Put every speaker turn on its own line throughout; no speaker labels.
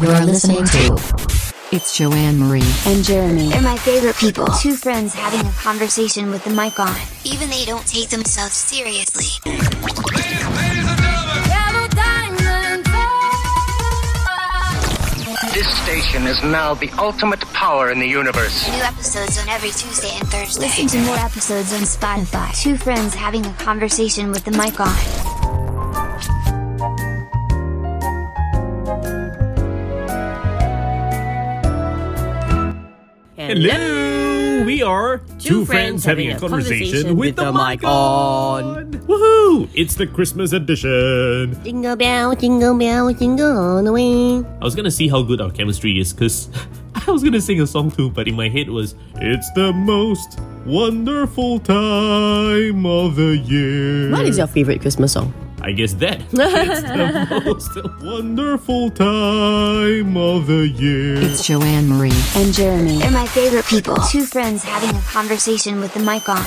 You're listening to. It's Joanne Marie
and Jeremy.
They're my favorite people. Two friends having a conversation with the mic on. Even they don't take themselves seriously.
This station is now the ultimate power in the universe.
New episodes on every Tuesday and Thursday. Listen to more episodes on Spotify. Two friends having a conversation with the mic on.
Hello, we are two, friends, having, a conversation, with, the, mic on. Woohoo! It's the Christmas edition.
Jingle bell, jingle bell, jingle all the way.
I was gonna see how good our chemistry is, cause I was gonna sing a song too, but in my head was it's the most wonderful time of the year.
What is your favorite Christmas song?
I guess that it's the most wonderful time of the year.
It's Joanne Marie
And Jeremy.
They're my favorite people. Two friends having a conversation with the mic on.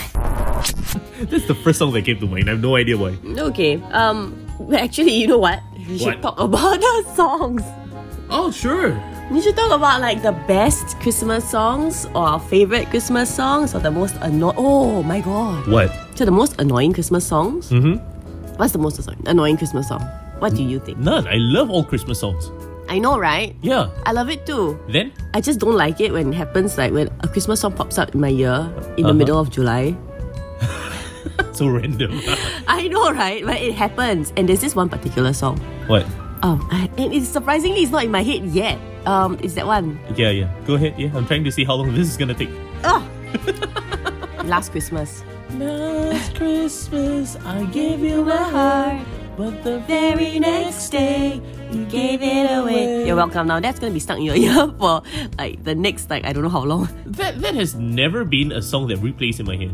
That's the first song that came to mind. I have no idea why.
Okay. Um. Actually, you know what? We should
What?
talk about our songs.
Oh sure.
We should talk about like the best Christmas songs or our favorite Christmas songs or the most annoying. Oh my god!
What?
So the most annoying Christmas songs. Mm-hmm. What's the most annoying- annoying Christmas song? What do you think?
None. I love all Christmas songs.
I know, right?
Yeah.
I love it too.
Then
I just don't like it when it happens, like when a Christmas song pops up in my ear in the middle of July.
so random.
I know, right? But it happens. And there's this one particular song.
what?
Um, I- and it's surprisingly, it's not in my head yet. Um, it's that one.
Yeah, yeah. Go ahead. Yeah, I'm trying to see how long this is gonna take.
Last Christmas.
Last Christmas, I gave you my heart, but the
Very next day, you gave it away. You're welcome. Now that's gonna be stuck in your ear for like the next, like I don't know how long.
that that has never been a song that replays in my head.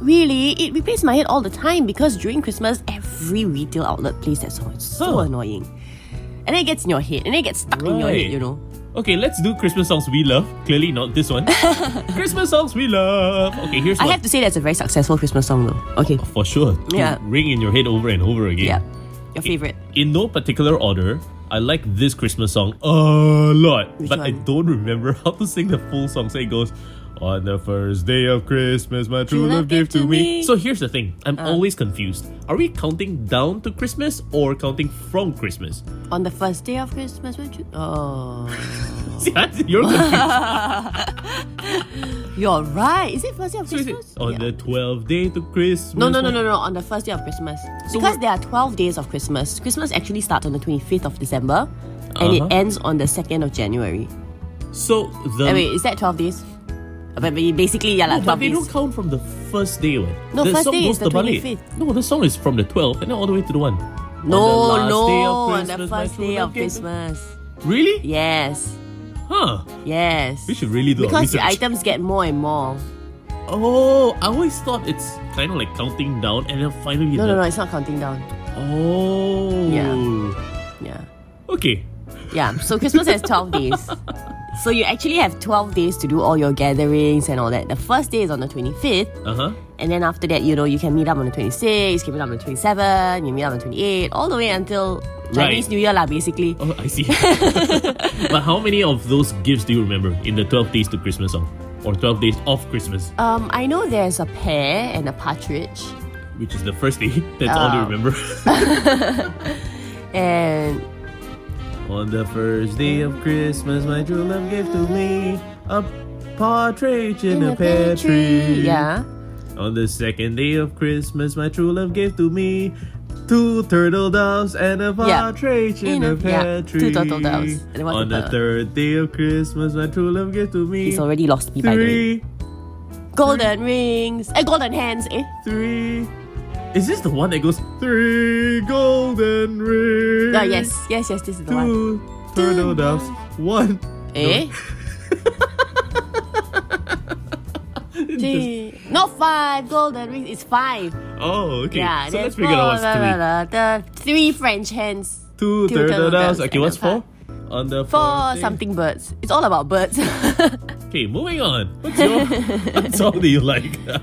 Really, it replays my head all the time because during Christmas, every retail outlet plays that song. It's so
Huh.
annoying. And then it gets in your head, and then it gets stuck in your
Right.
head, you know.
Okay, let's do Christmas songs we love. Clearly not this one. Christmas songs we love. Okay, here's
I
one.
have to say that's a very successful Christmas song though. Okay.
for sure. to
Yeah.
Ring in your head over and over again.
Yeah. Your favorite.
In no particular order, I like this Christmas song a lot,
Which
but I
one?
don't remember how to sing the full song. So it goes, On the first day of Christmas, my true love gave to me. So here's the thing I'm
Uh.
always confused. Are we counting down to Christmas or counting from Christmas?
On the first day of Christmas, won't you? Oh.
See, you're confused.
You're right. Is it first day of
So is it
Christmas?
on
Yeah.
the 12th day to Christmas.
no, no, no, no, no. On the first day of Christmas. because there are 12 days of Christmas. Christmas actually starts on the 25th of December and
Uh-huh.
it ends on the 2nd of January.
So
Eh,
the.
wait, is that 12 days? Uh, But but basically, yeah, like
Oh,
12
But they don't
days.
count from the first day one.
No,
the
first
song
day
goes
is the
terbalik.
25th.
No, the song is from the 12th and then all the way to the one.
No,
on the last
no.
day of
On the
Christmas, my
first
true
day
love
of
gave-
Christmas.
Really?
Yes.
Huh.
Yes.
We should really do our
Because the
research.
items get more and more.
Oh, I always thought it's kind of like counting down and then finally.
No,
the-
no, no. It's not counting down.
Oh.
Yeah. Yeah.
Okay.
Yeah, so Christmas has 12 days. So you actually have 12 days to do all your gatherings and all that. The first day is on the 25th,
Uh huh.
and then after that, you know, you can meet up on the 26th, you can meet up on the 27th, you meet up on the 28th, all the way until Chinese
Right.
New Year lah, basically.
Oh, I see. but how many of those gifts do you remember in the 12 days to Christmas song? Or 12 days of Christmas,
Um, I know there's a pear and a partridge,
which is the first day. That's all you
Oh.
remember.
and
On the first day of Christmas, my true love gave to me a partridge in, a pear tree.
yeah,
On the second day of Christmas, my true love gave to me two turtle doves and a
Yeah.
partridge in,
In a-
a, pear
yeah,
tree.
two turtle doves. And what's
On
the
the third day of Christmas, my true love gave to me
it's already lost me by the way.
three,
Golden rings, eh, golden hands, eh?
three. Is this the one that goes three golden rings?
Ah, yes, yes, yes, this is the one.
Two turtle doves, one.
Eh? Three. Not five golden rings, it's five.
Oh, okay.
Yeah,
so
there's
let's figure out what's three.
the three French hens,
Two
Two turtle
turtle doves.
doves
Okay,
and
what's
a pa-
four? On the
four
fourth day-
something birds. It's all about birds. uh,
Okay, moving on. What's your what song do you like?
Uh,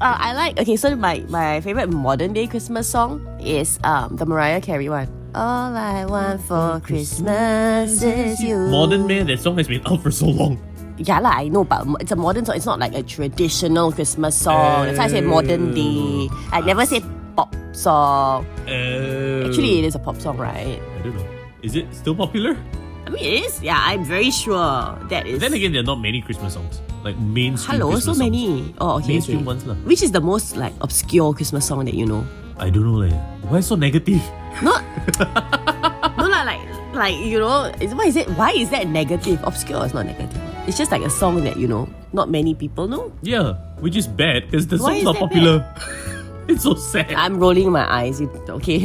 I like okay. So my my favorite modern day Christmas song is um the Mariah Carey one. All I want for Christmas is you.
Modern Man, that song has been out for so long.
Yeah, lah, I know, but mo- it's a modern song. It's not like a traditional Christmas song. That's why I say modern day. I never say pop song.
Oh.
Actually, it is a pop song, right?
I don't know. Is it still popular?
I mean, it is. Yeah, I'm very sure that is.
Then again, there are not many Christmas songs. Like mainstream.
Hello, so
Christmas songs.
many. Oh, okay.
Mainstream
okay.
ones lah.
Which is the most like obscure Christmas song that you know?
I don't know, like, why so negative?
Not. no lah, like like you know, is why is it? Why is that negative? Obscure is not negative. It's just like a song that you know, not many people know.
Yeah, which is bad because the
Why is
song's not
that
popular. it's so sad.
I'm rolling my eyes. You, okay.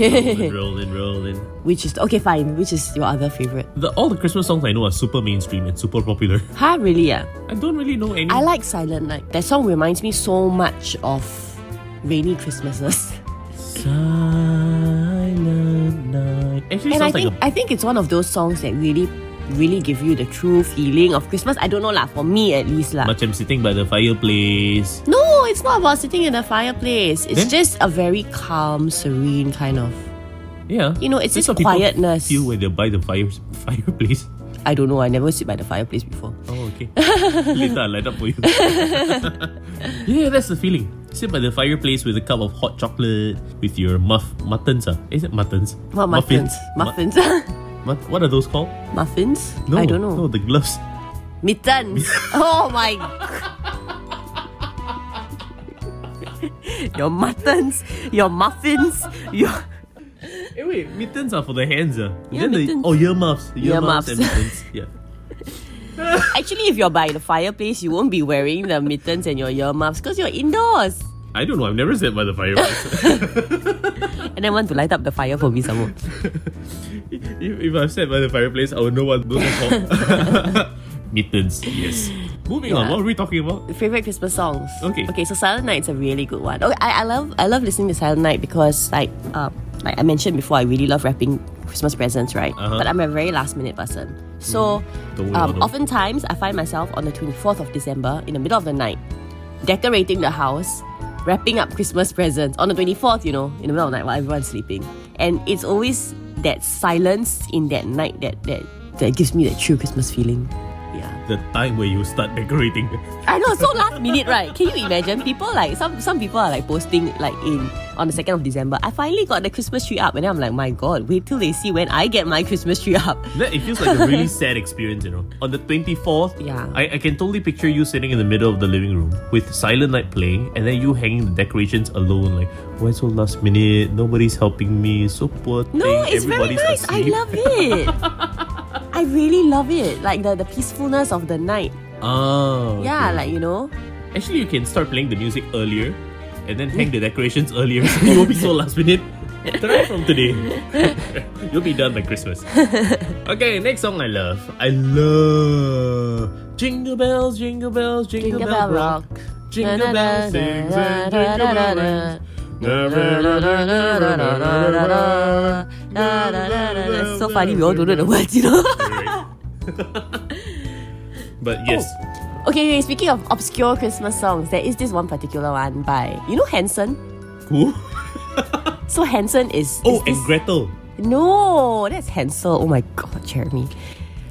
rolling, rolling.
which is okay? Fine. Which is your other favorite?
The, all the Christmas songs I know are super mainstream and super popular.
Huh? Really? Yeah.
I don't really know any.
I like Silent Night. That song reminds me so much of rainy Christmases.
Silent night. Actually,
and I
sounds
think
like a.
I think it's one of those songs that really, really give you the true feeling of Christmas. I don't know lah, for me at least lah.
Much I'm sitting by the fireplace.
No, it's not about sitting in the fireplace. It's
Then?
just a very calm, serene kind of.
Yeah.
You know, it's
That's
just
what people
quietness.
Feel when they're by the fire, fireplace.
I don't know. I never sit by the fireplace before.
Oh, okay. Later, I'll light up for you. yeah, that's the feeling. Sit by the fireplace with a cup of hot chocolate, with your muff muttons. Uh. Is it muttons?
What muffins? Muffins.
Mu- mut- what are those called?
muffins? I don't know.
No, the gloves.
Mittens. oh my. your muttons, your muffins, your
Eh, wait, mittens are for the hands. Uh.
Yeah,
Then the-
mittens.
oh, earmuffs. Earmuffs
Earmuffs.
and mittens. Yeah.
Actually, if you're by the fireplace, you won't be wearing the mittens and your earmuffs because you're indoors.
I don't know. I've never sat by the fireplace.
And I want to light up the fire for me some more.
if, if I've sat by the fireplace, I would know what those are called. mittens. Yes. Moving on.
Yeah.
What were we talking about?
Favorite Christmas songs.
Okay.
Okay. So Silent Night's a really good one. Okay, I, I love I love listening to Silent Night because like um like I mentioned before, I really love wrapping Christmas presents, right?
Uh-huh. Mm,
But I'm a very last minute person. So
Don't worry about
um,
it.
oftentimes I find myself on the 24th of December in the middle of the night, decorating the house, wrapping up Christmas presents on the 24th, you know, in the middle of the night while everyone's sleeping. And it's always that silence in that night that that, that gives me that true Christmas feeling. Yeah.
the time where you start decorating.
I know, so last minute, right? Can you imagine? People like some some people are like posting like in on the second of December. I finally got the Christmas tree up, and then I'm like, my God, wait till they see when I get my Christmas tree up.
That, it feels like a really sad experience, you know. On the 24th,
Yeah.
I, I can totally picture you sitting in the middle of the living room with Silent Night playing and then you hanging the decorations alone. Like, why so last minute? Nobody's helping me. So poor thing.
No, it's very
Everybody's
nice.
asleep.
I love it. I really love it. Like the the peacefulness of the night.
Oh.
Yeah,
okay.
like you know.
Actually, you can start playing the music earlier and then hang the
Mm.
decorations earlier so you won't be so last minute. Try from today. You'll be done by Christmas. Okay, next song I love. I love Jingle Bells, Jingle Bells, Jingle,
Jingle
Bell
Bell
Rock.
Rock.
Jingle Bells sings and Jingle Bell rings.
It's so funny. We all don't know the words, you know.
But yes,
Oh. Okay, okay, speaking of obscure Christmas songs, there is this one particular one by you know Hanson.
who?
So Hanson is, is
Oh,
this-
and Gretel.
no, that's Hansel. Oh my god, Jeremy.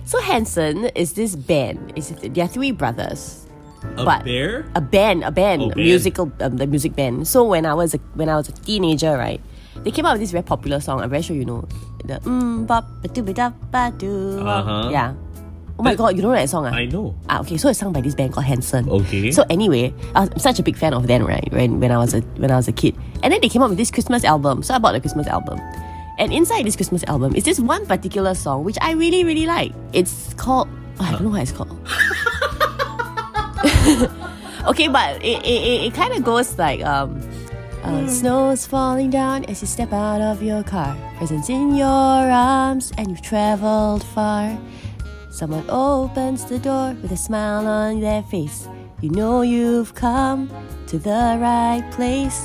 So Hanson is this band. Is they are three brothers.
A
But-
bear?
A band, a band,
Oh,
a
band.
musical, um, the music band. So when I was a, when I was a teenager, right, they came out with this very popular song. I'm very sure you know the mm bop ba doo ba da ba doo.
Uh-huh.
Yeah. Oh my
That-
god, you know that song? Ah?
I know.
Ah, okay, so it's sung by this band called Hanson.
Okay.
So anyway, I was, I'm such a big fan of them, right? When when I was a when I was a kid, and then they came out with this Christmas album. So I bought the Christmas album, and inside this Christmas album is this one particular song which I really really like. It's called oh, I don't know what it's called. okay, but it it, it, it kind of goes like um. Uh, snow's falling down as you step out of your car. Presents in your arms, and you've traveled far. Someone opens the door with a smile on their face. You know you've come to the right place.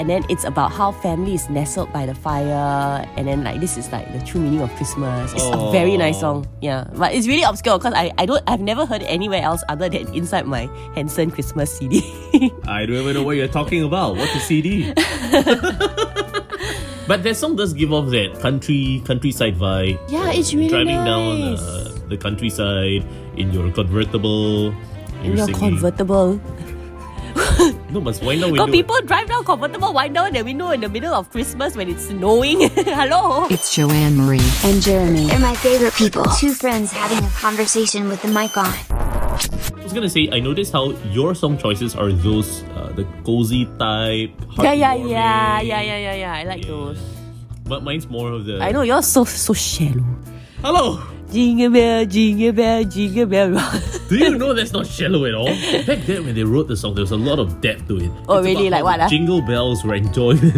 And then it's about how family is nestled by the fire. And then like this is like the true meaning of Christmas. It's a very nice
Aw.
song. Yeah. But it's really obscure because I, I don't I've never heard it anywhere else other than inside my Hanson Christmas CD.
I don't even know what you're talking about. What's a CD? But that song does give off that country countryside vibe.
Yeah, it's really
driving down
nice.
uh, the countryside in your convertible.
In
you're
your
singing.
convertible.
No, but why not? we
Got
do it?
people drive down convertible wide down the window in the middle of Christmas when it's snowing. Hello.
It's Joanne Marie.
and Jeremy.
They're my favorite people. Two friends having a conversation with the mic on.
I was gonna say, I noticed how your song choices are those uh, the cozy type.
Yeah, yeah, yeah,
heartwarming.
yeah, yeah, yeah, yeah. I like those.
But mine's more of the.
I know you're so so shallow.
Hello.
Jingle bell, jingle bell, jingle bell. rock.
Do you know that's not shallow at all? Back then, when they wrote the song, there was a lot of depth to it.
Oh,
It's
really? Like
about how
what,
the
ah?
Jingle bells were enjoyed. it.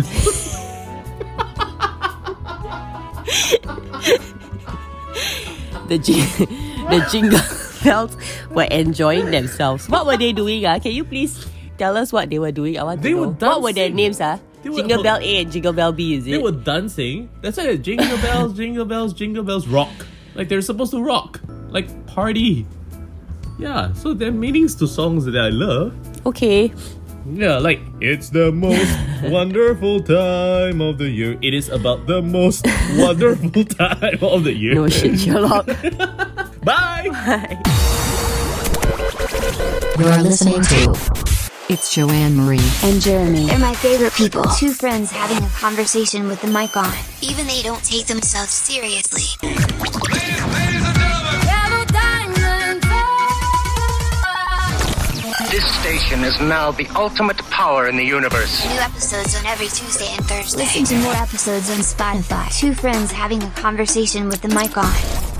the jing, the jingle bells were enjoying themselves. What were they doing? Ah, can you please tell us what they were doing? I want
They
to
were
know. What were their
dancing.
names? Ah,
They were-
jingle bell A and jingle bell B. Is
they
it?
were dancing. That's why the jingle bells, jingle bells, jingle bells rock. Like they're supposed to rock, like party. Yeah. So there are meanings to songs that I love.
okay.
Yeah, like it's the most wonderful time of the year. It is about the most wonderful time of the year.
No shit, Sherlock.
Bye.
You're listening to It's Joanne Marie.
And Jeremy.
They're my favorite people. Two friends having a conversation with the mic on. Even they don't take themselves seriously.
This station is now the ultimate power in the universe.
New episodes on every Tuesday and Thursday. Listen to more episodes on Spotify. Two friends having a conversation with the mic on.